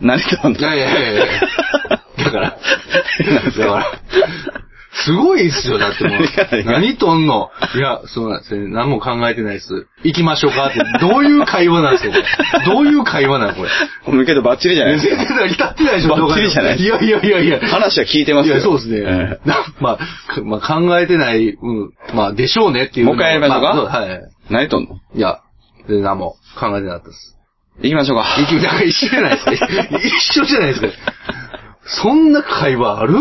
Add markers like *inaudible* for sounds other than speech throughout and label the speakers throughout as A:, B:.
A: 何とん
B: いやいやい
A: *laughs*
B: やいや。だから、だから、すごいっすよ、だっても。
A: いやいうや
B: 何とんのいや、そうなんですね。何も考えてないっす。行きましょうかって。どういう会話なんですよ、これどういう会話なんこれ。
A: コミュニケートバッチリじゃないです
B: 全
A: か。
B: 然至ってないでしょ、
A: ばっちりじゃない
B: いやいやいやいや。
A: 話は聞いてます
B: い
A: よ。
B: や、そうですね。
A: ええ
B: まあ、かまあ、考えてない、うん、まあ、でしょうねっていうの
A: もう一回やりましょうか
B: あそうはい。
A: 何とんの
B: いや、全然何も考えてなかったです。
A: 行きましょうか。
B: 一緒なんか一緒じゃないです
A: *laughs*
B: か。一緒じゃないですか。そんな会話ある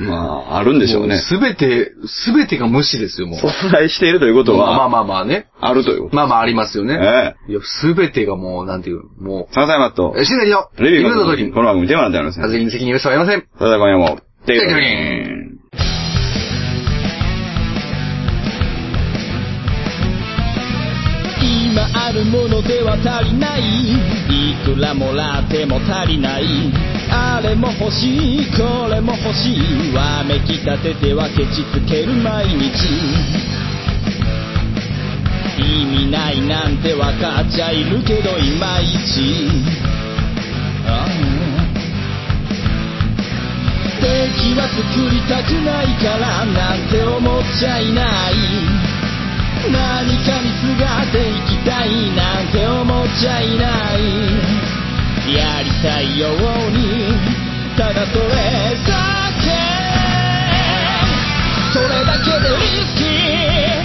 A: まあ、あるんでしょうね。
B: すべて、すべてが無視ですよ、もう。
A: 存在しているということ
B: まあ
A: は、
B: まあまあね。
A: あるということ。
B: まあまあありますよね。
A: え
B: いや、すべてがもう、なんていう、も
A: サザエマット
B: う。、え、死んだよ
A: レビュー
B: の
A: の
B: 時
A: 時、
B: に、
A: この番組テーマなんてありますね。
B: 味に責任をしはありません。
A: ただ今夜も、テイク
B: テイク
A: ド
B: ド
A: リ
B: リ
A: ン。
C: 今あるものでは足りないいくらもらっても足りないあれも欲しいこれも欲しいわめきたててはケチつける毎日意味ないなんてわかっちゃいるけどいまいちああ敵は作りたくないからなんて思っちゃいない何かにすがっていきたいなんて思っちゃいないやりたいようにただそれだけそれだけでリスキー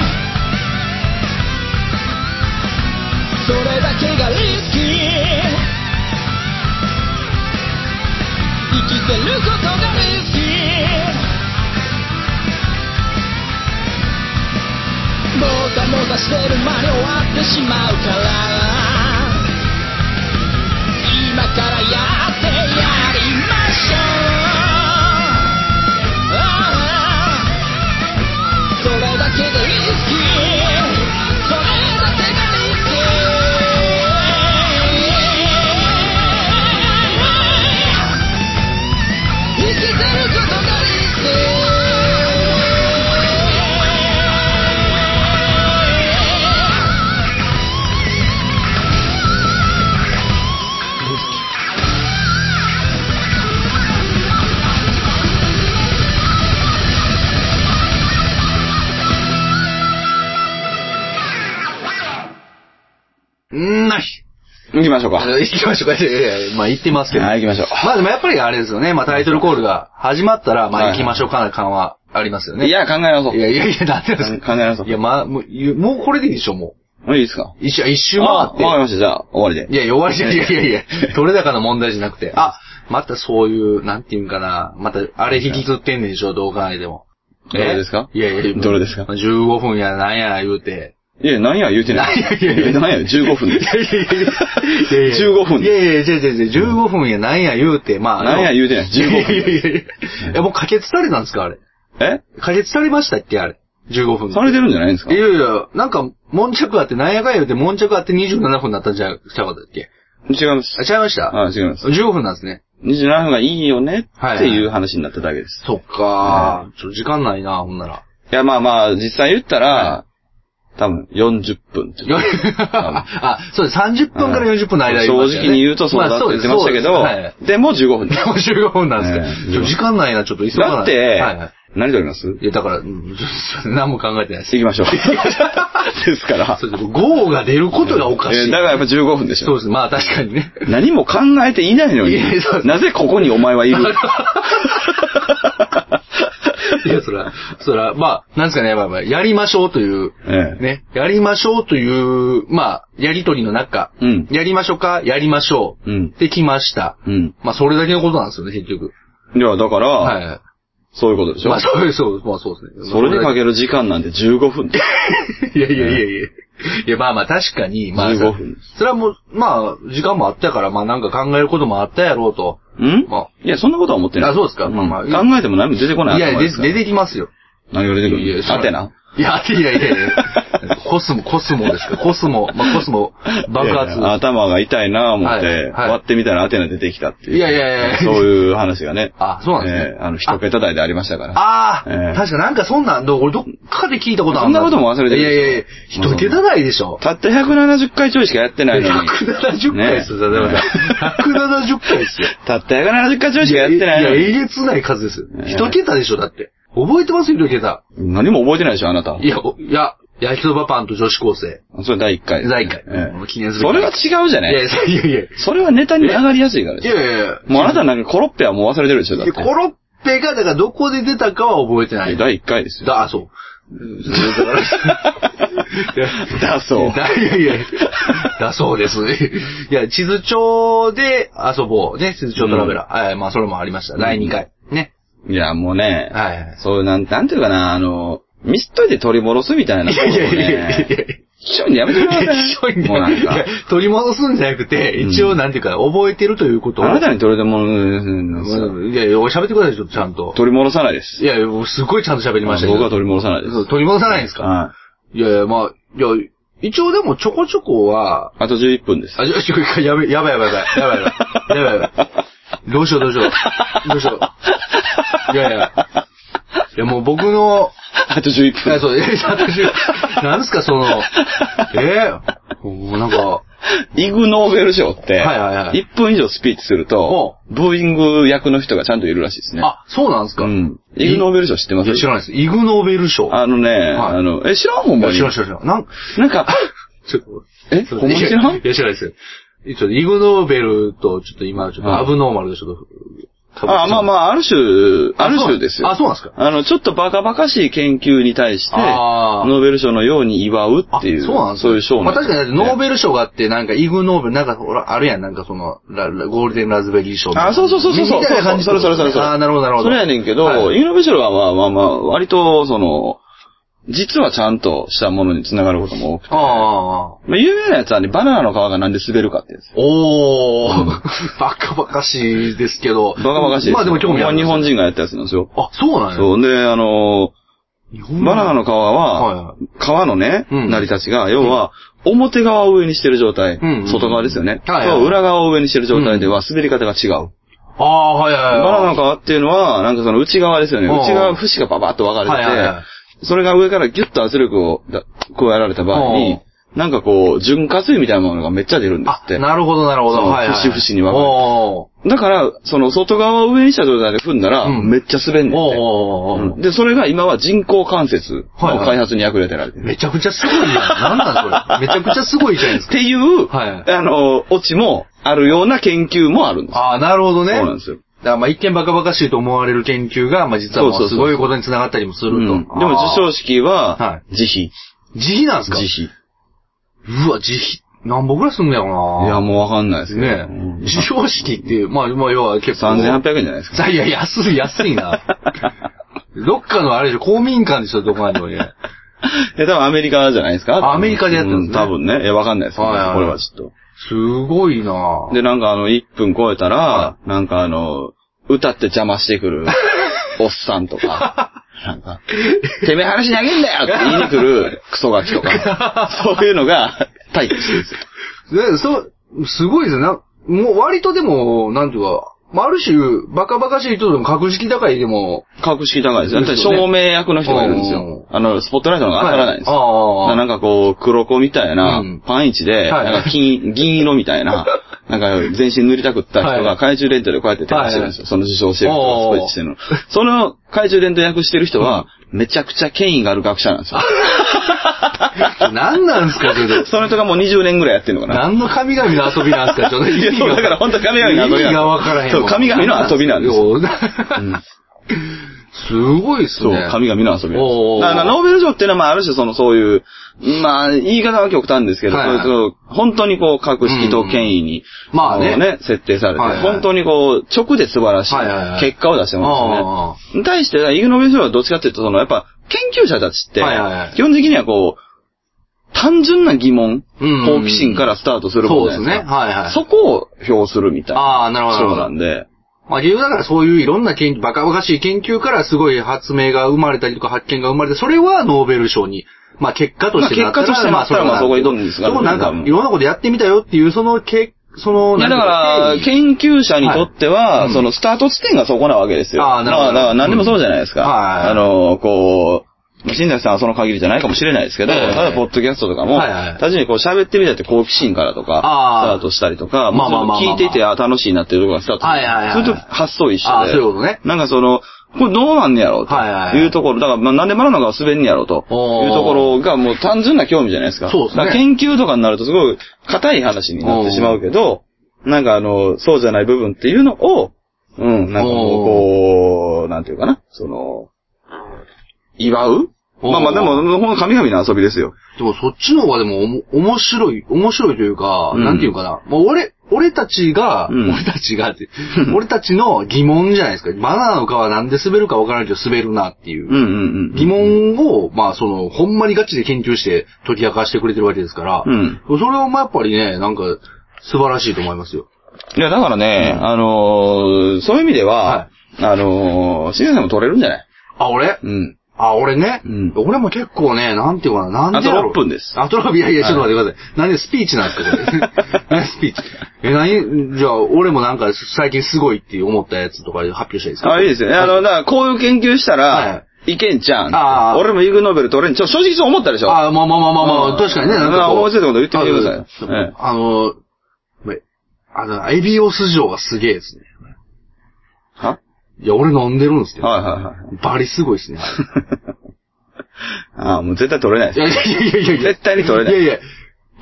C: それだけがリスキー生きてることがリスキーもたもたしてる間に終わってしまうから今からやってやりましょうああそれだけでリスキーそれだけがリスキー生きてることがリスキー
B: んない。
A: 行きましょうか。は
B: 行きましょうか。いやいやいやまあ言ってますけど。
A: い、行きましょう。
B: まあでもやっぱりあれですよね。まあタイトルコールが始まったら、まあ行きましょうかな感はありますよね。
A: いや、考え直そう。
B: いやいやいや、なんでですか
A: 考え直そう
B: い。や、まあ、もう、ゆもうこれでいいでしょ、も
A: もういいですか
B: う。一周、一周
A: あ
B: 回
A: わ
B: っ
A: か
B: て。
A: りました。じゃあ、終わりで。
B: いや、弱いじゃん。いやいやいや、取れ高の問題じゃなくて。あ、またそういう、なんていうんかな。また、あれ引きずってんねんでしょ、どう考えても。
A: どれですか
B: いやいやいや
A: どれですか
B: ?15 分やなんや言うて。
A: いや、何や言うてない。
B: いやいやいや
A: 何や、15分で
B: い。やいやいやいや
A: *laughs*
B: いや
A: 15分
B: いやいやいや、じゃじゃじゃ15分やなんや言うて、まあ。
A: 何や言うてない。
B: いやい
A: 15
B: や
A: 分。
B: いやいや。いや、もう可決されたんですか、あれ。
A: え
B: 可決されましたっけ、あれ。15分。
A: されてるんじゃないんですか
B: いやいや、なんか、悶着あって、なんやかんや言うて、悶着あって27分になったんじゃ、ちゃうかったっけ
A: 違います
B: あ、。違いました
A: あ、違います。
B: 15分なんですね。
A: 27分がいいよね
B: はい
A: っていう話になっただけです。
B: そっかー。ちょ、時間ないな、ほんなら。
A: いや、まあまあ、実際言ったら、多分40分って。
B: *laughs* あ、そうです。30分から40分の間
A: 正直に言うとそうだって言ってましたけ
B: ま
A: ど
B: あそうです、
A: でも15分で
B: そうですはい。でも15分なんで
A: ええ
B: すけど。ちょ時間ないな、ちょっと急
A: す。
B: がない。
A: だっ
B: はいは
A: て
B: い。、
A: 何撮ります
B: いや、だから、うんちょ何も考えてないです。 *laughs*
A: 行きましょう。ですから。
B: そうです。GO が出ることがおかし
A: えー
B: い。
A: だからやっぱ15分でし
B: そう
A: ょ。
B: です。まあ確かにね。 *laughs*
A: 何も考えていないのに
B: いやそうで、す
A: なぜここにお前はいる
B: *laughs* いや、そら、そら、まあ、なんですかね、まあまあ、やりましょうという、
A: ええ
B: ね、やりましょうという、まあ、やりとりの中、
A: うん
B: やりましょうか、やりましょう、
A: うん
B: できました。
A: うん。
B: まあ、それだけのことなんですよね、結局。
A: いや、だから、
B: は
A: そういうことでし
B: い。
A: ょ
B: まあ、。そう、そう、まあ、そうですね。
A: それにか
B: け
A: ける時間なんて15分。
B: *laughs* いやいやいやいや。いや、まあまあ、確かに、まあ、
A: 15分です
B: それはもう、まあ、時間もあったから、まあ、なんか考えることもあったやろうと。
A: ん
B: ま
A: いや、そんなことは思ってない。
B: あそうですかまあまあ
A: うん考えても何も出てこない。
B: いや、
A: 頭
B: で
A: ですから
B: 出てきますよ。
A: 何が出てく
B: いや
A: る
B: そら
A: アテナ
B: いや、いやいやいや。コスモ、コスモですかコスモ、まあ、コスモ爆発。
A: いやいや頭が痛いなぁ思って、
B: はいはい
A: 割ってみたらアテナ出てきたっていう。
B: いやいやいや
A: そういう話がね。
B: あそうなんですね
A: ええあの、一桁台でありましたから。
B: ああ、
A: ええ
B: 確かなんかそんなん、ど俺どっかで聞いたことある
A: そんなことも忘れてる
B: いやいやいや、
A: うん
B: 一桁台でしょ。
A: たった170回ちょいしかやってないのに。
B: 170回ですよ、
A: ね
B: 佐々木さん。170回ですよ。
A: たった170回ちょいしかやってない
B: い
A: の
B: や、え
A: に。
B: げつない数ですよ。
A: ええ
B: 一桁でしょ、だって。覚えてますよ、一桁。
A: 何も覚えてないでしょ、あなた。
B: いや、おいや、焼きそばパンと女子高生。
A: それ第1回ですね。
B: 第一回
A: ええ
B: もう記念すべき
A: それは違うじゃ
B: い
A: な
B: やい
A: い
B: やいやいや。
A: それはネタに上がりやすいから
B: い
A: です。
B: やいやいや。
A: もうあなたなんかコロッペはもう忘れてるでしょ、だっ
B: で
A: て。
B: コロッペが、だからどこで出たかは覚えてない。だ、
A: 第1回ですよ。
B: あ、そう。うんそれだから。
A: だそう。
B: だ *laughs* いやいやいや、だそうですね。いや、地図帳で遊ぼう。ね、地図帳トラベラー。はい、まあ、それもありました。第2回。ね。
A: いや、もうね、
B: はいはい。
A: そういう、なん、なんていうかな、あの、見せといて取り戻すみたいな。
B: いやいやいやいやいや。
A: 一緒にやめてください。
B: 一緒にね
A: もうなん
B: い
A: か
B: や。取り戻すんじゃなくて、一応なんていうか、覚えてるということを。
A: あなたに取り戻す、
B: うんいやいや、喋ってください、ちょっとちゃんと。
A: 取り戻さないです。
B: いやいや、もうすごいちゃんと喋りましたけど。
A: 僕は取り戻さないです。
B: そう取り戻さないんですか
A: はい
B: やいや、まあ、いや、一応でもちょこちょこは、
A: い。あと11分です。
B: あ、ちょ、ちょ、やべ、やばいやばいやばい。やばいやばい。やばいやばい。どうしようどうしよう。どうしよう。いやいや。いや、もう僕の、
A: あと11
B: い
A: 分。
B: や、そう、え、私、なんですか、その、えー、もうなんか、
A: イグ・ノーベル賞って、
B: はいはいはい
A: 1分以上スピーチすると、ブーイング役の人がちゃんといるらしいですね。
B: あ、そうなんですか。
A: うん。イグ・ノーベル賞知ってま
B: い
A: す
B: や、知らないです。イグノーベル賞。
A: あのね、
B: はい
A: あの、え、知らんほん
B: い
A: ま
B: や、
A: に。
B: 知らん知らん知らん。なん、
A: なんか、
B: ちょっと、
A: え、
B: すい
A: ほ
B: ま
A: ん
B: せ
A: ま
B: ん
A: に知らん
B: いやいや、知らないです。ちょっと、イグノーベルと、ちょっと今、ちょっとアブノーマルでちょっと、
A: あ、まあま
B: あ、
A: あ、ある種、ある種ですよ。
B: あ、そうなんですか。
A: あの、ちょっとバカバカしい研究に対して、
B: あー
A: ノーベル賞のように祝うっていう、
B: あそうなんです
A: そういう賞
B: ま
A: な
B: あ
A: んです
B: 確かにだってノーベル賞があって、なんかイグノーベル、なんかほら、あるやん、なんかその、ララゴールデンラズベリー賞みたいな。
A: あ、そうそうそうそうそう。
B: みたいな感じ
A: それそれそれそれ。
B: あーなるほどなるほ
A: そ
B: ど。
A: れやねんけど、
B: はい
A: イグノーベル賞はまあまあまあ、割と、その、実はちゃんとしたものにつながることも多くて。
B: ああああ。
A: まあ、有名なやつはね、バナナの皮がなんで滑るかってやつ。*laughs*
B: おー、
A: うん
B: バカバカしいですけど。
A: バカバカしいす
B: まあでも興味あ
A: こ
B: る。
A: れは日本。人がやったやつなんですよ。
B: あ、そうなんや。
A: そう。で、あの
B: 日
A: ー
B: 本
A: バナナの皮
B: はい
A: は
B: は、
A: 皮のね、
B: うん
A: 成り立ちが、要は、表側を上にしてる状態
B: うんうん。
A: 外側ですよね。
B: はいはい
A: と裏側を上にしてる状態では、滑り方が違う。
B: ああ、はいはいはい。
A: バナナの皮っていうのは、なんかその内側ですよね。
B: うん
A: 内側、節がババッと分か
B: はいはいは
A: れ
B: い
A: てて、それが上からギュッと圧力をだ加えられた場合に、なんかこう、潤滑油みたいなものがめっちゃ出るんです
B: あ
A: っ、て。
B: なるほどなるほど。
A: そう
B: はいはい。
A: 節々に分かれて
B: お
A: だから、その外側を上にした状態で踏んだら、
B: うん
A: めっちゃ滑ん
B: ーおー
A: ねんて。
B: おーおーおー
A: うんで、それが今は人工関節
B: はいは
A: の
B: い
A: 開発に役立てられてる。
B: めちゃくちゃすごいやん。なんなんそれ。めちゃくちゃすごいじゃないです
A: っ
B: か。
A: ていう、
B: はい
A: あの、オチもあるような研究もあるんです。
B: ああ、なるほどね。
A: そうなんですよ。
B: だからまあ一見バカバカしいと思われる研究が、まあ実は
A: そう
B: も
A: そうう
B: す
A: そう
B: ごいことにつながったりもすると。
A: うんでも授賞式
B: は、
A: はい自費。
B: 賞。自費なんですか
A: 自費。
B: うわ、自費。何本ぐらいすんのやろない
A: や、もうわかんないですけど
B: ね
A: うん
B: え。授賞式って、まあ、まあ、要は結構。
A: 3800円じゃないですか。
B: いや、安い、安
A: *laughs*
B: いな。どっかのあれでしょ、公民館でしょ、どこまでもね。
A: え、多分アメリカじゃないですか
B: あアメリカでやってるんですね
A: う多分ね。え、わかんないですけど、
B: はいはいはい
A: これはちょっ
B: すごいな
A: と。で、なんかあの、1分超えたら、
B: は
A: なんかあの、歌って邪魔してく
B: *laughs*
A: る、おっさんとか、なんか、てめえ話投げんだよって言いに来る、クソガキと
B: *laughs*
A: か、そういうのが、待機してるんですよ。
B: で、そう、すごいですね。なもう割とでも、なんていうか、まあ、ある種、バカバカしい人でも格式高いでも、
A: 格式高いですよ。だって
B: ですよね
A: 照明役の人がいるんですよ。あの、スポットライトの方が当たらないんですよ。
B: はいああ
A: なんかこう、黒子みたいな
B: うん、
A: パンイチで、
B: はい
A: なんか金、銀色みたい
B: *laughs*
A: な、なんか全身塗りたくった人
B: は
A: が
B: い
A: 懐中電灯でこうやって照らしてるんですよ。その受賞してる人
B: お
A: が
B: ー
A: スポイチしてるの。その懐中電灯役してる人は、めちゃくちゃ権威がある学者なんですよ。
B: 何なんですか、それ。
A: その人がもう20年ぐらいやってるのかな。
B: 何の神々の遊びなんですか、ちょっと
A: いやそうだから本当神々の遊びなんです
B: 意味がわからへん
A: そ
B: わ。
A: う神々の遊びなんですよ
B: よ。すごいっす
A: そう
B: ね。、
A: 神々の遊びなんです
B: お
A: よ。
B: ー
A: だからノーベル賞っていうのは、まあ、ある種その、そういう、まあ、言い方は極端ですけど、
B: はい
A: そういうそう本当にこう、格式と権威に、
B: まあね
A: こう設定されて、
B: はいはい
A: 本当にこう、直で素晴らし
B: はいはいはいい
A: 結果を出してま
B: あ
A: すよね。に対して、イグノーベル賞はどっちかっていうと、その、やっぱ、研究者たちって
B: はいはいはい、
A: 基本的にはこう、単純な疑問、
B: うん
A: 好奇心からスタートするも
B: そ
A: んじ
B: うで
A: ゃ
B: す
A: ないで
B: ね。
A: すか。
B: はいはい。
A: そこを評するみたいな。
B: ああ、なるほど。
A: そうなんで。
B: まあ、結局だからそういういろんな研バカバカしい研究からすごい発明が生まれたりとか発見が生まれて、それはノーベル賞に、まあ結果としてなった
A: まあ
B: ら、
A: 結果としてなったらまあそこにどんどんです
B: で
A: からね
B: もなんか
A: 多分、
B: いろんなことやってみたよっていう、そのけ、その、
A: いや、だ
B: な
A: か
B: ん
A: ら、
B: 経緯
A: 研究者にとっては、
B: はいうん
A: そのスタート地点がそこなわけですよ。
B: あーなるほど
A: だからだから何でもそうじゃないですか。
B: うんはい
A: あの、こう、新崎さんはその限りじゃないかもしれないですけど、
B: はいはい
A: ただ、ポッドキャストとかも、
B: はいはい
A: 単純にこう喋ってみたって好奇心からとか、
B: あ
A: スタ
B: ー
A: ートしたりとか、
B: まあまあまあまあ
A: もうそれ聞いていて、あ、楽しいなっていうところがスタート。
B: はいはいはい
A: それと発想一緒
B: あー
A: で。
B: そういうことね
A: なんかその、これどうなんねやろうと
B: はいはいはい
A: いうところ、だから、まあ、なんでマラノが滑んねやろうと
B: おー
A: いうところがもう単純な興味じゃないですか。
B: そうですね
A: だから研究とかになるとすごい硬い話になってしまうけど、なんかあの、そうじゃない部分っていうのを、うん、なんかもうこう、なんていうかな、その、祝う
B: おー
A: まあまあでも、ほんと神々の遊びですよ。
B: でもそっちの方がでもおも面白い、面白いというか、
A: うん
B: なんていうかな。もう俺、俺たちが、
A: うん
B: 俺たちがって、俺たちの疑問じゃないですか。バナナの皮なんで滑るかわからないけど滑るなっていう
A: うん。うんうん。
B: 疑問を、まあその、ほんまにガチで研究して解き明かしてくれてるわけですから、
A: うん
B: それはまあやっぱりね、なんか素晴らしいと思いますよ。
A: いや、だからね、あのーそういう意味では、あのー、新さんも取れるんじゃない
B: あ、俺
A: うん。
B: あ、俺ね、
A: うん
B: 俺も結構ね、なんていうかな、なんでやろう
A: あと6分です
B: あと6分、いやいや、ちょっと待ってください。何でスピーチなんですか、これ。何スピーチ。え、何じゃあ、俺もなんか最近すごいって思ったやつとか発表したいですか
A: あ、いいですよね。あの、だからこういう研究した
B: は
A: ら、いけんちゃん。
B: あー
A: 俺もイグノーベル取れん。ちょ、正直そう思ったでしょ
B: あ、まあまあまあまあま
A: うん
B: あ、確かにね。なん
A: ま
B: か
A: あ
B: こう。
A: 面白いこと言ってみてください
B: あ
A: ええ
B: あの、まあの、エビオス嬢がすげえですね。
A: はい
B: や、俺飲んでるんですけど。
A: はいはいはい。
B: バリすごいですね。
A: ああ、もう絶対取 *laughs* れない
B: い
A: で
B: やいやいやいやいや。
A: 絶対に取れない
B: いやいや。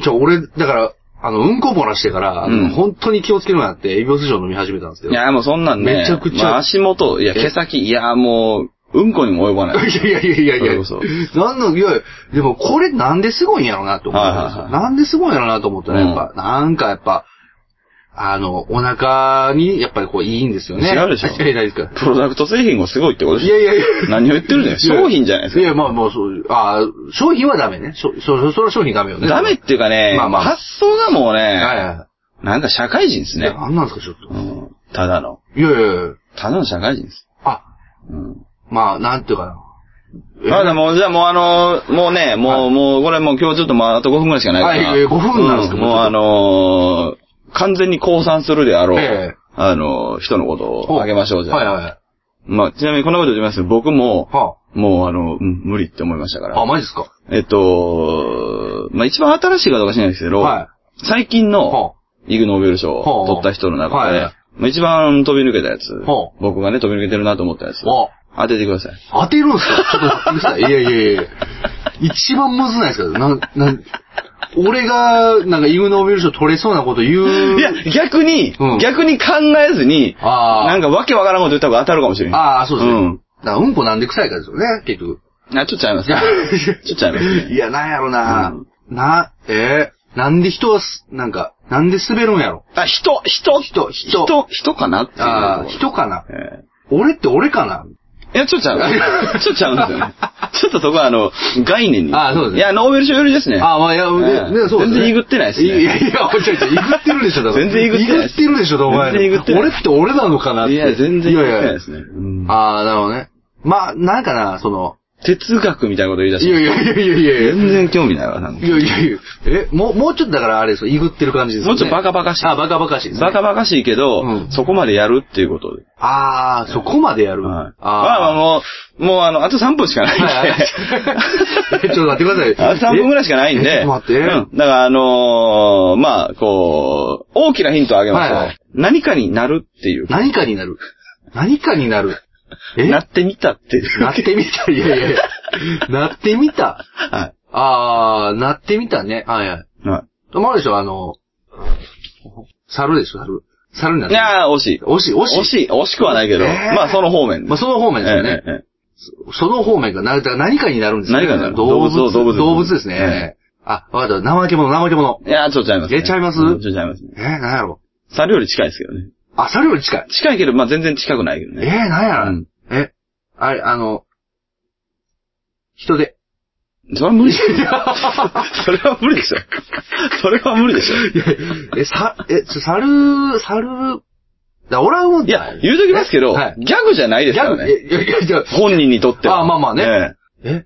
B: じゃあ俺、だから、あの、うんこ漏らしてから、あの
A: うん
B: 本当に気をつけるようになって、エビオス錠飲み始めたんですけ
A: す。
B: ど。
A: いや、もうそんなんね。
B: めちゃくちゃ
A: まあ足元、いや、毛先、いや、もう、うんこにも及ばない。
B: いやいやいやいやいや。
A: それこ
B: なんの、いやいや、でもこれなんですごいんやろうなと思ったんですよ。
A: はいはい
B: なんですごいんやろうなと思ったら、やっぱ、
A: う
B: なんかやっぱ、あの、お腹に、やっぱりこう、いいんですよね。
A: 違うでしょ
B: いやいや、いですか。
A: プロダクト製品もすごいってことで
B: い
A: しょ
B: やいやいや。
A: 何を言ってるんだよ。商品じゃないですか
B: い。や、まあまあ、そう、ああ、商品はダメね。そ、そ、それは商品ダメよね。
A: ダメっていうかね、
B: まあまあ
A: 発想がもう
B: はい
A: ね、
B: はいは
A: なんか社会人です
B: い。
A: ね
B: ね。。なんなんですか、ちょっと。
A: うんただの。
B: いやいやいや。
A: ただの社会人です。
B: あ、
A: うん
B: まあ、なんていうかな。え
A: まだもう、 *laughs* じゃあもうあのー、もうね、もう、
B: はい
A: もう、これもう今日ちょっとまあ、あと5分ぐらいしかないから。
B: はいえー5分なんですか
A: う
B: もう
A: もう
B: ちょっと
A: あのー、完全に降参するであろう、
B: ええ
A: あのー、人のことをあげましょうじゃあ。
B: はいはいはい。
A: まあ、ちなみにこんなこと言いますけど、僕も、
B: は
A: もうあの、うん無理って思いましたか
B: あ、あ、
A: ら。
B: マジですか
A: えっと、まあ一番新しいかどうか知らないですけど、
B: は
A: 最近
B: い。は
A: のイグノーベル賞
B: は
A: を
B: あ
A: 取った人の中
B: は
A: で
B: い、
A: まあ一番飛び抜けたやつ
B: は、
A: 僕がね、飛び抜けてるなと思ったやつ、
B: あ。あ
A: 当ててください。
B: 当てるんすかちょっと待ってください。いやいやいや一番むずないですかなん、なん、俺が、なんか、イグノーベル賞取れそうなこと言う。
A: いや、逆に、
B: うん
A: 逆に考えずに、
B: ああ。
A: なん
B: か、
A: かわけわからんこと言った方が当たるかもしれん。
B: ああ、そうですね。
A: う
B: うんん。だから、うんこなんで臭いからですよね、結局。
A: あ、ちょっとちゃいます
B: い
A: *laughs*
B: や
A: ちょっとちゃいますね。
B: いや、なんやろな、
A: うん
B: な、えー、なんで人はす、なんか、なんで滑るんやろ
A: あ、人、人、
B: 人人
A: 人、人かなっていう。
B: ああ、人かな
A: え
B: 俺って俺かな
A: えいや、ちょっとちゃう。ちょっとちゃうんですよね。 *laughs* ちょっとそこはあの、概念に。
B: あそうですね
A: いや、ノーベル賞よりですね。
B: あ、まあ、いや、
A: ええ
B: ね、ねそうですね。
A: 全然いぐってないっすね
B: いやいや、ちょいちょい、いぐってるでしょ、だから
A: 全然いぐってないっす
B: いぐってるでしょ、お前。
A: 全然いぐってない
B: 俺って俺なのかなって。
A: いや、全然いい
B: いや
A: ない
B: や
A: で。すね。うん
B: ああ、なるほどね。まあ、なんかな、その、
A: 哲学みたいなこと言い出し
B: いや
A: て。
B: いやいやいやいやいや。
A: 全然興味ないわ、なんか
B: いやいやいや。え、もう、もうちょっとだからあれですよ、いぐってる感じですよね。
A: もうちょっとバカバカしい
B: あ、バカバカしいですね。
A: バカバカしいけど
B: うん、
A: そこまでやるっていうことで。
B: ああ、そこまでやる。
A: はい。まあまあ
B: ああ。
A: もう、もうあの、あと3分しかないん
B: はいはい
A: で。
B: *laughs* えちょっと待ってください
A: あと3分ぐらいしかないんで。
B: えちょっと待って
A: うん。だからあのー、まあ、こう、大きなヒントをあげましょう。
B: はいはい
A: 何かになるっていう。
B: 何かになる。何かになる。え
A: なってみたっていう。
B: *laughs* なってみた。いやいやいや。なってみた。
A: は
B: あー、なってみたね。はいはい。
A: い。は。
B: まあでしょ、あの、猿でしょ、猿。猿にない
A: い
B: って
A: やー、惜しい。
B: みた。惜しい、惜しい。
A: 惜しい。惜しくはないけど、
B: えー
A: まあその方面です。
B: まあ、その方面ですよね。
A: えええ
B: その方面が、なだから何かになるんですね。
A: 何かになる
B: 動
A: 動物
B: 物、
A: 動物
B: 動物です
A: え
B: ね。あ、わかった。怠け者、怠け者。
A: えいやー、ちょっとちゃいますね。
B: えちゃいます
A: うんちょっとちゃいますね。
B: えー、なんやろ。
A: 猿より近いですけどね。
B: あ、猿より近い。
A: 近いけど、まあ全然近くないけど
B: え
A: ね。
B: ー、
A: う
B: なん
A: ん
B: やら。え、あれ、あの、人
A: *laughs*
B: で。
A: それは無理。
B: *laughs*
A: それは無理でしょ。それは無理でしょ。
B: え、さ、え、ちょ猿、猿、だから俺はもう、
A: いや、言うときますけど、
B: はい
A: ギャグじゃない
B: ギ
A: ですか
B: ャ
A: ら
B: グ、いや
A: ね。
B: いやいやいや、
A: 本人にとっては。
B: あまあまあね
A: え
B: え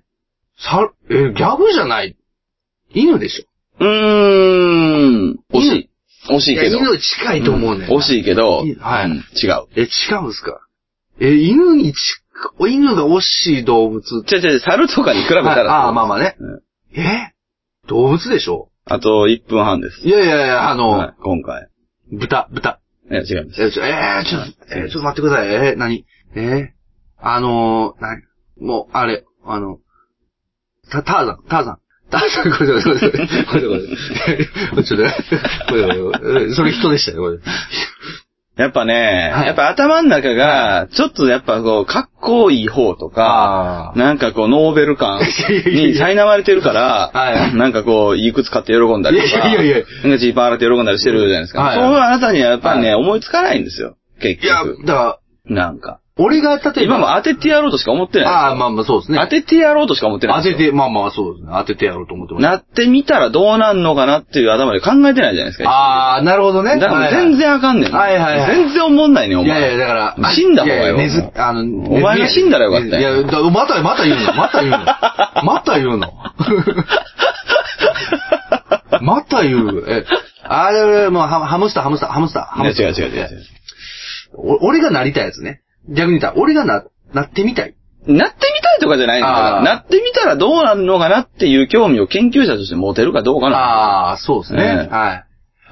B: さ、え、ギャグじゃない。犬でしょ。
A: えうーん、惜しい。惜しいけど。
B: や犬近いと思うね。
A: 惜しいけど、
B: いはい
A: うん違う。
B: え、違うんですかえ、犬に近、犬が惜しい動物って。
A: 違う違う、猿とかに比べたら。
B: はいああ、まあまあね。
A: うん
B: え動物でしょ
A: あと1分半です。
B: いやいやいや、あの、
A: はい、今回。
B: 豚、豚。
A: いや、違います。
B: えー、ちょ、えー、ちょっと、えー、ちょっと待ってください。えー、何えー、あのー、なにもう、あれ、あの、た、ターザン、ターザン。ターザン、これ、これ、これ、これ、これ、ちょっとね、これ、これ、えーそれ人でしたね、これ。
A: やっぱね、
B: はい
A: やっぱ頭の中が、ちょっとやっぱこう、かっこいい方とか、
B: あ
A: なんかこう、ノーベル感
B: *laughs* いやいやい
A: に
B: や
A: 苛まれてるから、
B: はい
A: なんかこう、いくつ買って喜んだりとか、
B: いやいやいや
A: なんかジーパン洗って喜んだりしてるじゃないですか。
B: はい
A: そういうあなたにはやっぱね、
B: は
A: 思いつかないんですよ。結
B: いや、だ
A: 局。
B: から、
A: なんか。
B: 俺が、例えば、
A: 今も当ててやろうとしか思ってない。
B: ああ、まあまあ、そうですね。
A: 当ててやろうとしか思ってない
B: 当
A: んです
B: て
A: よ。
B: て、まあまあ、そうですね。当ててやろうと思ってます。
A: なってみたらどうなんのかなっていう頭で考えてないじゃないですか。
B: ああ、なるほどね。
A: だから全然あかんねん。
B: はいはいはい
A: 全然思んないねん、お
B: いや
A: 前。
B: いや、だから、
A: 死んだ方がよ
B: いやいやねず、あの、
A: お前が死んだらよかったよ
B: いや、だまた、また言うの、また言う
A: *laughs*
B: の。また言うの。 *laughs* また言う。え、あれ、もうハムハムスター、ハムスター、ハムスター、ハ
A: いや
B: ムスター。
A: 違う違う違う違う。
B: お俺がなりたいやつね。逆に言ったら、俺がな、なってみたい。
A: なってみたいとかじゃないんだか
B: あ
A: ら、
B: ー
A: なってみたらどうなるのかなっていう興味を研究者として持てるかどうかな。
B: ああ、そうですね。
A: ええ
B: はい。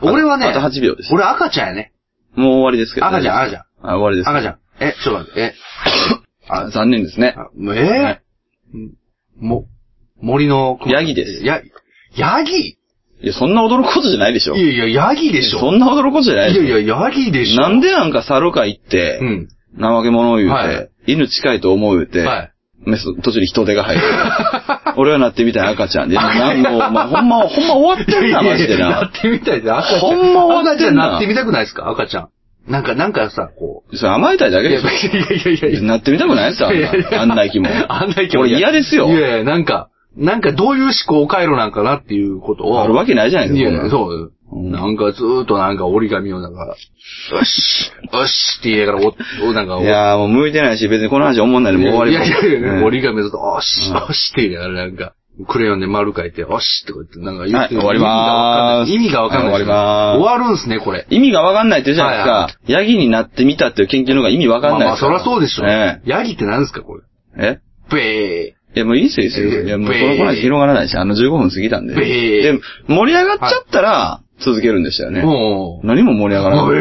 B: 俺はね、
A: あと8秒です
B: 俺赤ちゃんやね。
A: もう終わりですけど。
B: 赤ちゃん
A: 大丈夫ですかあ、終わりです。
B: 赤ちゃん。え、ちょっと待って、え、
A: あ残念ですね。
B: あもうえーも、森の熊、
A: ヤギです
B: や、ヤギ
A: いや、そんな驚くことじゃないでしょ。
B: いやいや、ヤギでしょ。
A: そんな驚くことじゃないいでしょ。
B: やいや、ヤギでしょ。
A: なんでなんか猿か行って、
B: うん。
A: 怠け者を言うて、
B: はい
A: 犬近いと思う言うて、
B: はい。
A: メス、途中に人手が入る。俺はなってみたい赤ちゃんで、なんもう、まあ、ほんま、ほんま終わってんな、マジで
B: な
A: な。
B: ってみたいで、赤ちゃん。
A: ほんま終わっ
B: 赤ち
A: て
B: ゃ
A: ん
B: ん
A: な
B: なってみたくないですか赤ちゃん。なんか、なんかさ、こ
A: それ甘えたいだ
B: う。
A: け
B: いや
A: でしょ
B: いや。いやいやいや。
A: なってみたくないですよ、あん
B: いやいやい
A: な
B: や
A: あんな生き物。
B: *laughs* あんな生き物
A: 俺嫌ですよ
B: いやいや、なんか、なんかどういう思考回路なんかなっていうことを。
A: あるわけないじゃないですか
B: いやいや、
A: こ
B: そう。
A: うん
B: なんかずーっとなんか折り紙をなんか、よし、よしって言いながら、お、なんか、
A: いやーもう向いてないし、別にこの話思んないでもう終わり
B: いやいやい
A: う
B: や、
A: ん
B: 折り紙ずっと、おし、おしって言いながら、なんか、クレヨンで丸書いて、おしってこうやって、なんか言ってる
A: はい終わりまーす
B: 意味がわかんない。意味が
A: はい終
B: わ
A: わ
B: かんないですね。終わるんすね、これ。
A: 意味がわかんないって言うじゃないですか。
B: はいは
A: ヤギになってみたっていう研究の方が意味わかんない
B: まあまあ、
A: です
B: そ
A: から
B: そうでしょ。
A: え
B: ヤギって何ですか、これ。
A: え
B: べ
A: いや、もういいですよ、いいですよ。いや、もうこのこの話広がらないし、あの15分過ぎたんで。
B: べー
A: で、盛り上がっちゃったら、続けるんでしたよ
B: ー。
A: ね。
B: もう。
A: 何も盛り上がらない。
B: べ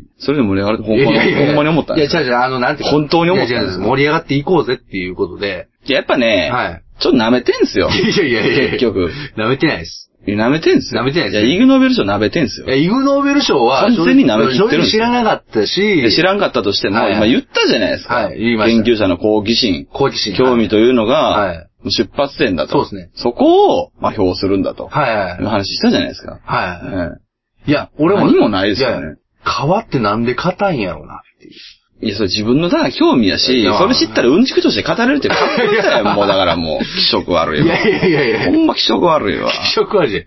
B: ー。
A: それで盛り上がるってほん
B: い
A: ま
B: やいやいや
A: に、ほんまに思ったん
B: いや、
A: ですよ
B: 違う違う、あの、なんていうか
A: 本当に思ったんです
B: いや違うです盛り上がっていこうぜっていうことで。
A: いややっぱね、
B: はい。
A: ちょっと舐めてん
B: *laughs*
A: すよ。
B: いやいやいやいや
A: 結局。
B: 舐めてないです。
A: いや舐めてんすよ。
B: 舐めてないです
A: いや、イグノーベル賞舐めてんすよ
B: いや、。イグノーベル賞は、
A: 完全に舐めきってるんです
B: 正直知らなかった
A: で
B: し、
A: 知らんかったとしても、
B: はいはい
A: 今言ったじゃないですか。
B: はい言いました
A: 研究者の好奇心、
B: 好奇心。
A: 興味というの
B: は
A: が
B: い、
A: 出発点だと。
B: そうですね。
A: そこを、まあ、評するんだと。
B: はいはい
A: い。う話したじゃないですか。
B: はい
A: え
B: はい。いや、俺も。
A: 何もないですよね
B: いや。皮ってなんで硬いんやろうなっていう。
A: えいや、それ自分のだから興味や
B: い
A: し
B: や、
A: それ知ったらうんちくとして語れるってかっこいいだ
B: *laughs*
A: よ、もうだからもう、気色悪
B: い
A: いわ。
B: やいやいやい
A: ほ
B: や。
A: んま気色悪
B: *laughs*
A: いわ。
B: 気色悪い。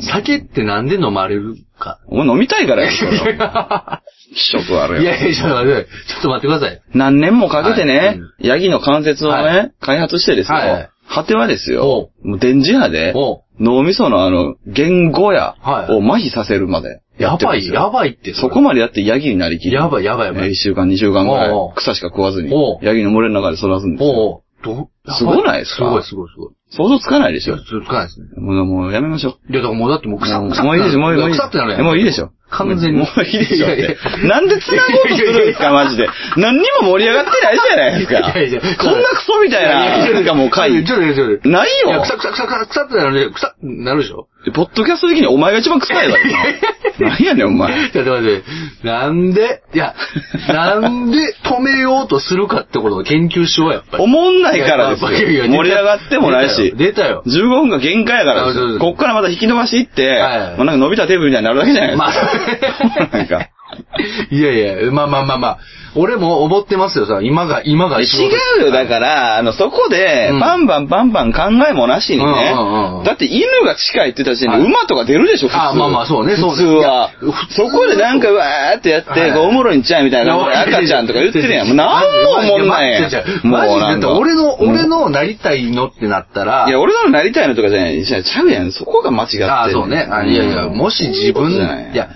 B: 酒ってなんで飲まれるか。
A: お前飲みたいからや、それ
B: い *laughs* やい
A: は気色悪いわ。
B: やいや、ちょっと待ってちょっと待ってください。
A: 何年もかけて
B: はい
A: ね
B: うん、
A: ヤギの関節を
B: は
A: ね、開発してですよ
B: はいはい。
A: 果てはですよ、もう電磁波で、
B: おう
A: 脳みそのあの、言語や
B: はい
A: を麻痺させるまでや
B: や
A: ってるん
B: ば
A: で
B: い、
A: す
B: や
A: よ。
B: ばいって。
A: そこまでやってヤギになりき
B: で。
A: る。
B: やばい、やばい、やば
A: ね
B: い。
A: 一週間、二週間ぐらい
B: おうおう、
A: 草しか食わずに
B: お、う
A: ヤギの群れの中で育つんですよ。
B: おうおうどう
A: すごないですか
B: すごい、すごい、すごい。
A: 想像つかないでし
B: い
A: ょ
B: や、。つかないですね。
A: もう、もうやめましょう。
B: いや、だからもうだってもう草、
A: もう
B: 草
A: もういいでしょ、もういい、もういい。
B: 草ってなるやん。
A: もういいでしょ。
B: 完全に。
A: もういいでしょっ
B: やや
A: て。 *laughs* なんで繋ごうとするんですか、マジで。何にも盛り上がってないじゃないですか。
B: いやいや
A: こんなクソみたいな、なんかもう
B: いや
A: 回
B: ち。ょっと、ちょっと。
A: ない
B: いや、
A: よ
B: 臭く臭く臭く臭くなるね。臭くなるでしょ
A: ポッドキャスト的にお前が一番臭い
B: *laughs*
A: わ。今何やねん、お前。
B: いや、だって待って、なんで、
A: *laughs*
B: いや、なんで止めようとするかってことを研究しよう、やっぱり。
A: 思んないからですよ。
B: いやいや
A: 盛
B: いや
A: り上がってもないし。
B: 出たよ。出
A: 15分が限界やからです
B: あそう
A: よ
B: そう
A: こっからまた引き伸ばしていって、
B: はい
A: *laughs* もうなんか伸びたテープみたいになるだけじゃないですか。
B: まあ
A: なんか。
B: たよ *laughs* いやいや、まあまあまあまあ。俺も思ってますよ、さ。今が、今が仕事
A: 違うよ、だから、あの、そこで
B: う、ん
A: バンバンバンバン考えもなしにね
B: うんうんうん。
A: だって犬が近いって言った時点
B: はい
A: で馬とか出るでしょ、普通。
B: あまあまあそうねそうね
A: 普通はい
B: や普。通
A: そこでなんか、わーってやっ
B: はい
A: て、こうおもろいんちゃうみ
B: *laughs*
A: たいな感じで赤ちゃんとか言ってるやん。もうなんもおもんないやん
B: マジで違うマジでだって俺の、俺、のなりたいのってなったら、
A: いや、俺のなりたいのとかじゃない。ちゃうやん。そこが間違ってる。
B: ああ、そうね。あいやいや、
A: うん
B: もし自
A: そう
B: 分、
A: いうことじゃない
B: いや、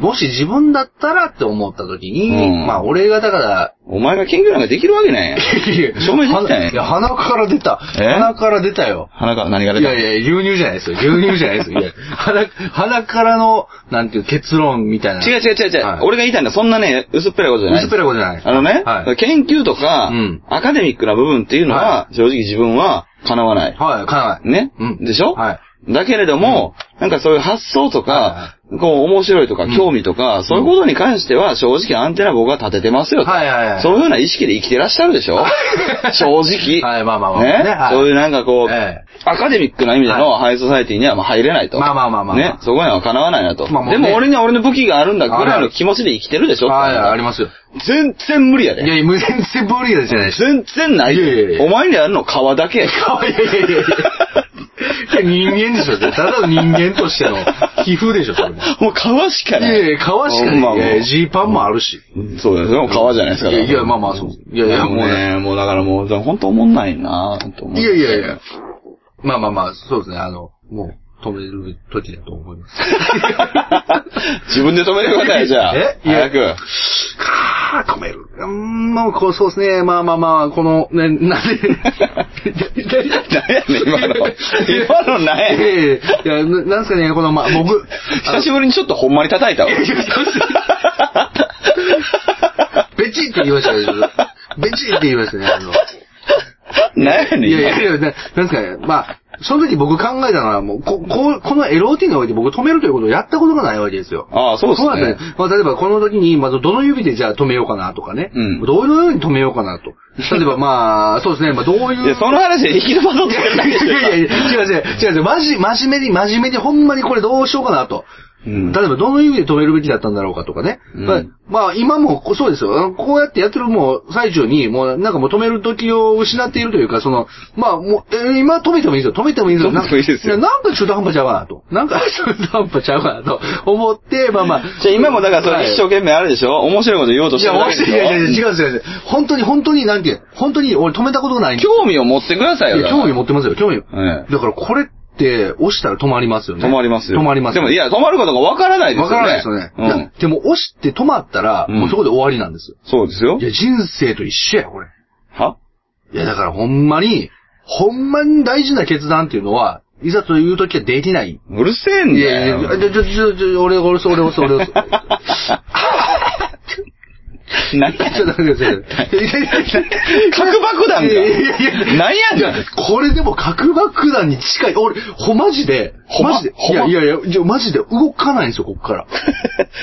B: もし自分だったらって思った時に、
A: うん
B: まあ俺が
A: *laughs*
B: だから、
A: お前が研究なんかできるわけ
B: *laughs*
A: ないやん。証明できたんや
B: いや、鼻から出た。
A: え
B: 鼻から出たよ。
A: 鼻から何が
B: い
A: 出た
B: やいや、牛乳じゃない
A: *laughs*
B: ですよ。牛乳じゃないですよ。いや、鼻、鼻からの、なんていう結論みたいな。
A: 違う違う違う違う、
B: はい
A: 俺が言いたいのはそんなね、薄っぺらいことじゃない。
B: 薄っぺらいことじゃない。
A: あのね、
B: はい。
A: 研究とか、
B: うん
A: アカデミックな部分っていうのは、正直自分は叶わない。
B: はい、かなり。
A: ね、
B: うん
A: でしょ
B: はい。
A: だけれども、なんかそういう発想と
B: は
A: か、こう面白いとか、
B: うん
A: 興味とか、そういうことに関しては正直アンテナ僕は立ててますよと。
B: はいはいはい
A: そういうような意識で生きてらっしゃるでしょ正直。
B: はいまあまあまあ
A: ね
B: ねはい
A: そういうなんかこう、
B: え
A: アカデミックな意味でのハイソサイティにはまあ入れないと。
B: まあまあまあまあまあ
A: ね。そこには叶わないなと。
B: まあもうね
A: でも俺には俺の武器があるんだぐらいの気持ちで生きてるでしょ
B: はい、はいありますよ。
A: 全然無理や
B: い
A: で。
B: や、いや無全然無理ですよね。
A: 全然ない
B: いやいやいや
A: お前にあるの皮だ
B: *laughs*
A: けや。
B: いやいやいやいやいや人間でしょ、ただの人間としての皮膚でしょ、 *laughs* それも。
A: もう皮しか
B: い
A: な
B: や
A: い。
B: いや、皮しか
A: ほんまもう
B: ないいや。ジーパンもあるし。
A: うんそうですよ。皮じゃないですから。
B: いやいやまあまあそういやいや
A: もうね、もうだからもう、本当思んないなぁ、と思う
B: いやいやいや。。まあまあまあ、そうですね、あの、もう、止める時だと思い *laughs* ます。
A: *laughs* 自分で止めることや、じゃあ。
B: えいや
A: 早く。
B: かー、止める。うーん、もう、こう、そうですね、まあまあまあ、この、ね、 *laughs* なんで、
A: 何やねん、今の。今の何や
B: い
A: ねん。
B: やいやいや、ななんすかね、この、まあ、僕、 *laughs*
A: 久しぶりにちょっとほんまに叩いたわ。
B: ベチって言いましたよ、ベチって言いましたね、あの。
A: 何やねん、
B: いや
A: 今。
B: いやいや、ななんすかね、まあ、その時僕考えたのは、もう、こ、こう、この LOT において僕止めるということをやったことがないわけですよ。
A: ああ、そうです
B: そうなん
A: ね
B: です。ね。まあ、例えばこの時に、まずどの指でじゃあ止めようかなとかね。
A: うん
B: どういうように止めようかなと。例えばまあ、そうですね。まあ、どういう。
A: いや、その話で生きる場所って
B: いや
A: ないいでしょ。
B: やいや、違う違う、違う違う、まじ、真面目に、真面目に、ほんまにこれどうしようかなと。
A: うん
B: 例えば、どの指で止めるべきだったんだろうかとかね。
A: うん
B: まあまあ、今も、こうそうですよ。あのこうやってやってるもう、最中に、もう、なんかもう止める時を失っているというか、その、まあ、もう、えー今止めてもいいですよ。止めてもいいですよ。
A: *laughs* 止めてもいいですよ
B: ななんか中途半端ちゃうかなと。なんか中途半端ちゃうかなと *laughs* 思って、まあまあ。
A: じゃあ今もだからそ
B: はい
A: れ一生懸命あるでしょ面白いこと言おうと
B: い
A: してる
B: や、
A: だけでしょ
B: いやいやいや違う違う違う。本当に、本当に、なんていう、本当に、俺止めたことがないんで
A: 興味を持ってくださいよ。
B: いや、興味持ってますよ、興味。
A: ええ
B: だからこれって、押したら止まりますよね。
A: 止まりますよ。
B: 止まります。
A: でも、い、や、止まることがわからないですよ
B: わ
A: ね。
B: からないですよね。いや
A: うん。
B: でも押して止まったら、
A: うん
B: もうそこで終わりなんですよ。
A: そうですよ
B: い。や、人生と一緒や、これ。
A: はい
B: や、だからほんまに、ほんまに大事な決断っていうのは、いざという時はできない。
A: うるせえん
B: い
A: だ
B: やい
A: よ。
B: や、ちょ、ちょ、ちょ、ちょ、俺、俺、俺、俺、俺、俺、ちょっ
A: 何や
B: と待ってください。いやいやいやいや
A: 核爆弾
B: いやいやいや
A: か。何や
B: い
A: ね
B: や
A: ん。、
B: これでも核爆弾に近い。俺、ほ、マジで、
A: ほま
B: マジで、い
A: ほま
B: やいやいやじゃ、マジで動かないんですよ、こっから。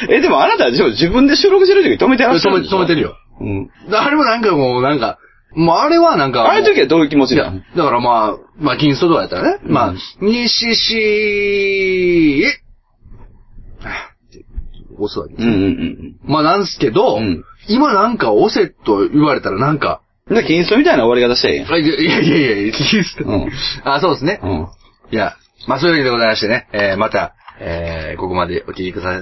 A: え、でもあなたは自分で収録してる時止めてらっしゃ
B: 止
A: るん
B: め
A: でしょ
B: 止めてるよ。
A: うん。
B: あれもなんかもう、なんか、もうあれはなんか、
A: ああいう時はどういう気持ち
B: い
A: な
B: や
A: の、
B: だからまあ、まあ、銀ストとかやったらね、まあ、西し、えあって押すわけ。
A: うんうん
B: まあ、なんですけど、
A: うん
B: 今なんか押せと言われたらなんか、
A: うん。で、キリストみたいな終わり方したらええやん
B: あいやいやいやいや、銀スト
A: うん
B: あ、そうですね。
A: うん。
B: いや、まあそういうわけでございましてね、えー、また、えー、ここまでお聞きくださ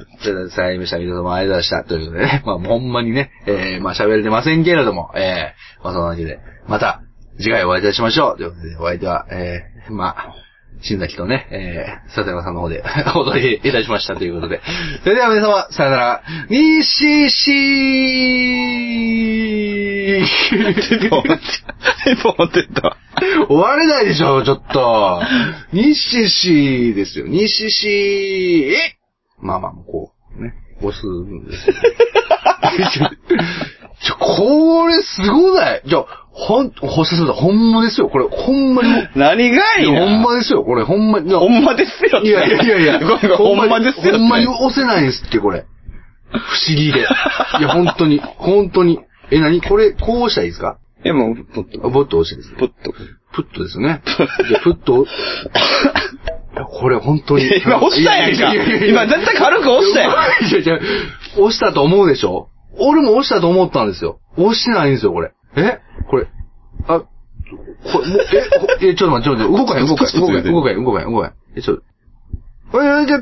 B: いました。皆様ありがとうございました。ということでね、 *laughs* まあほんまにね、えー、まあ喋れてませんけれども、えー、まあそんなわけで、また次回お会いいたしましょう。ということで、お相手は、えー、まあ、新崎とね、えー、笹山さんの方で *laughs* お届けいたしましたということで。それでは皆様、さよなら。にし
A: *laughs*
B: し
A: 一本持ってった。
B: *laughs* 終われないでしょ、ちょっと。にししですよ、にししえまあまあ、こう、ね、押すんですよ。 *laughs* ちょ、これすごないじゃ、ほん、ほさすだ、ほんまですよ、これ、ほんまにもう。
A: 何がいい
B: いや
A: な
B: ほんまですよ、これ、ほんまに。いや
A: ほんまですよって。
B: いやいやいやいや、
A: ごめんごめんほんまですよって。
B: ほんまに押せないんですって、これ。不思議で。いや、本当に、本当に。え、なにこれ、こう押したらいいですか
A: え、もう、ポッと。
B: ボッと押してですね。
A: ポッと。
B: プットですよね。いや、プット。これ本当に。
A: 今押したやんか。
B: いいいい
A: 今絶対軽く押したやん。
B: いやいやいや押したと思うでしょ俺も押したと思ったんですよ。押してないんですよ、これ。えこれ。あ、これ、もう、え、こえ、ちょっと待って、ちょっと待って、動かへん、動かへん、動かへん、動かへん、動かへん、動かへん。え、ちょっと。え、じゃ、じゃ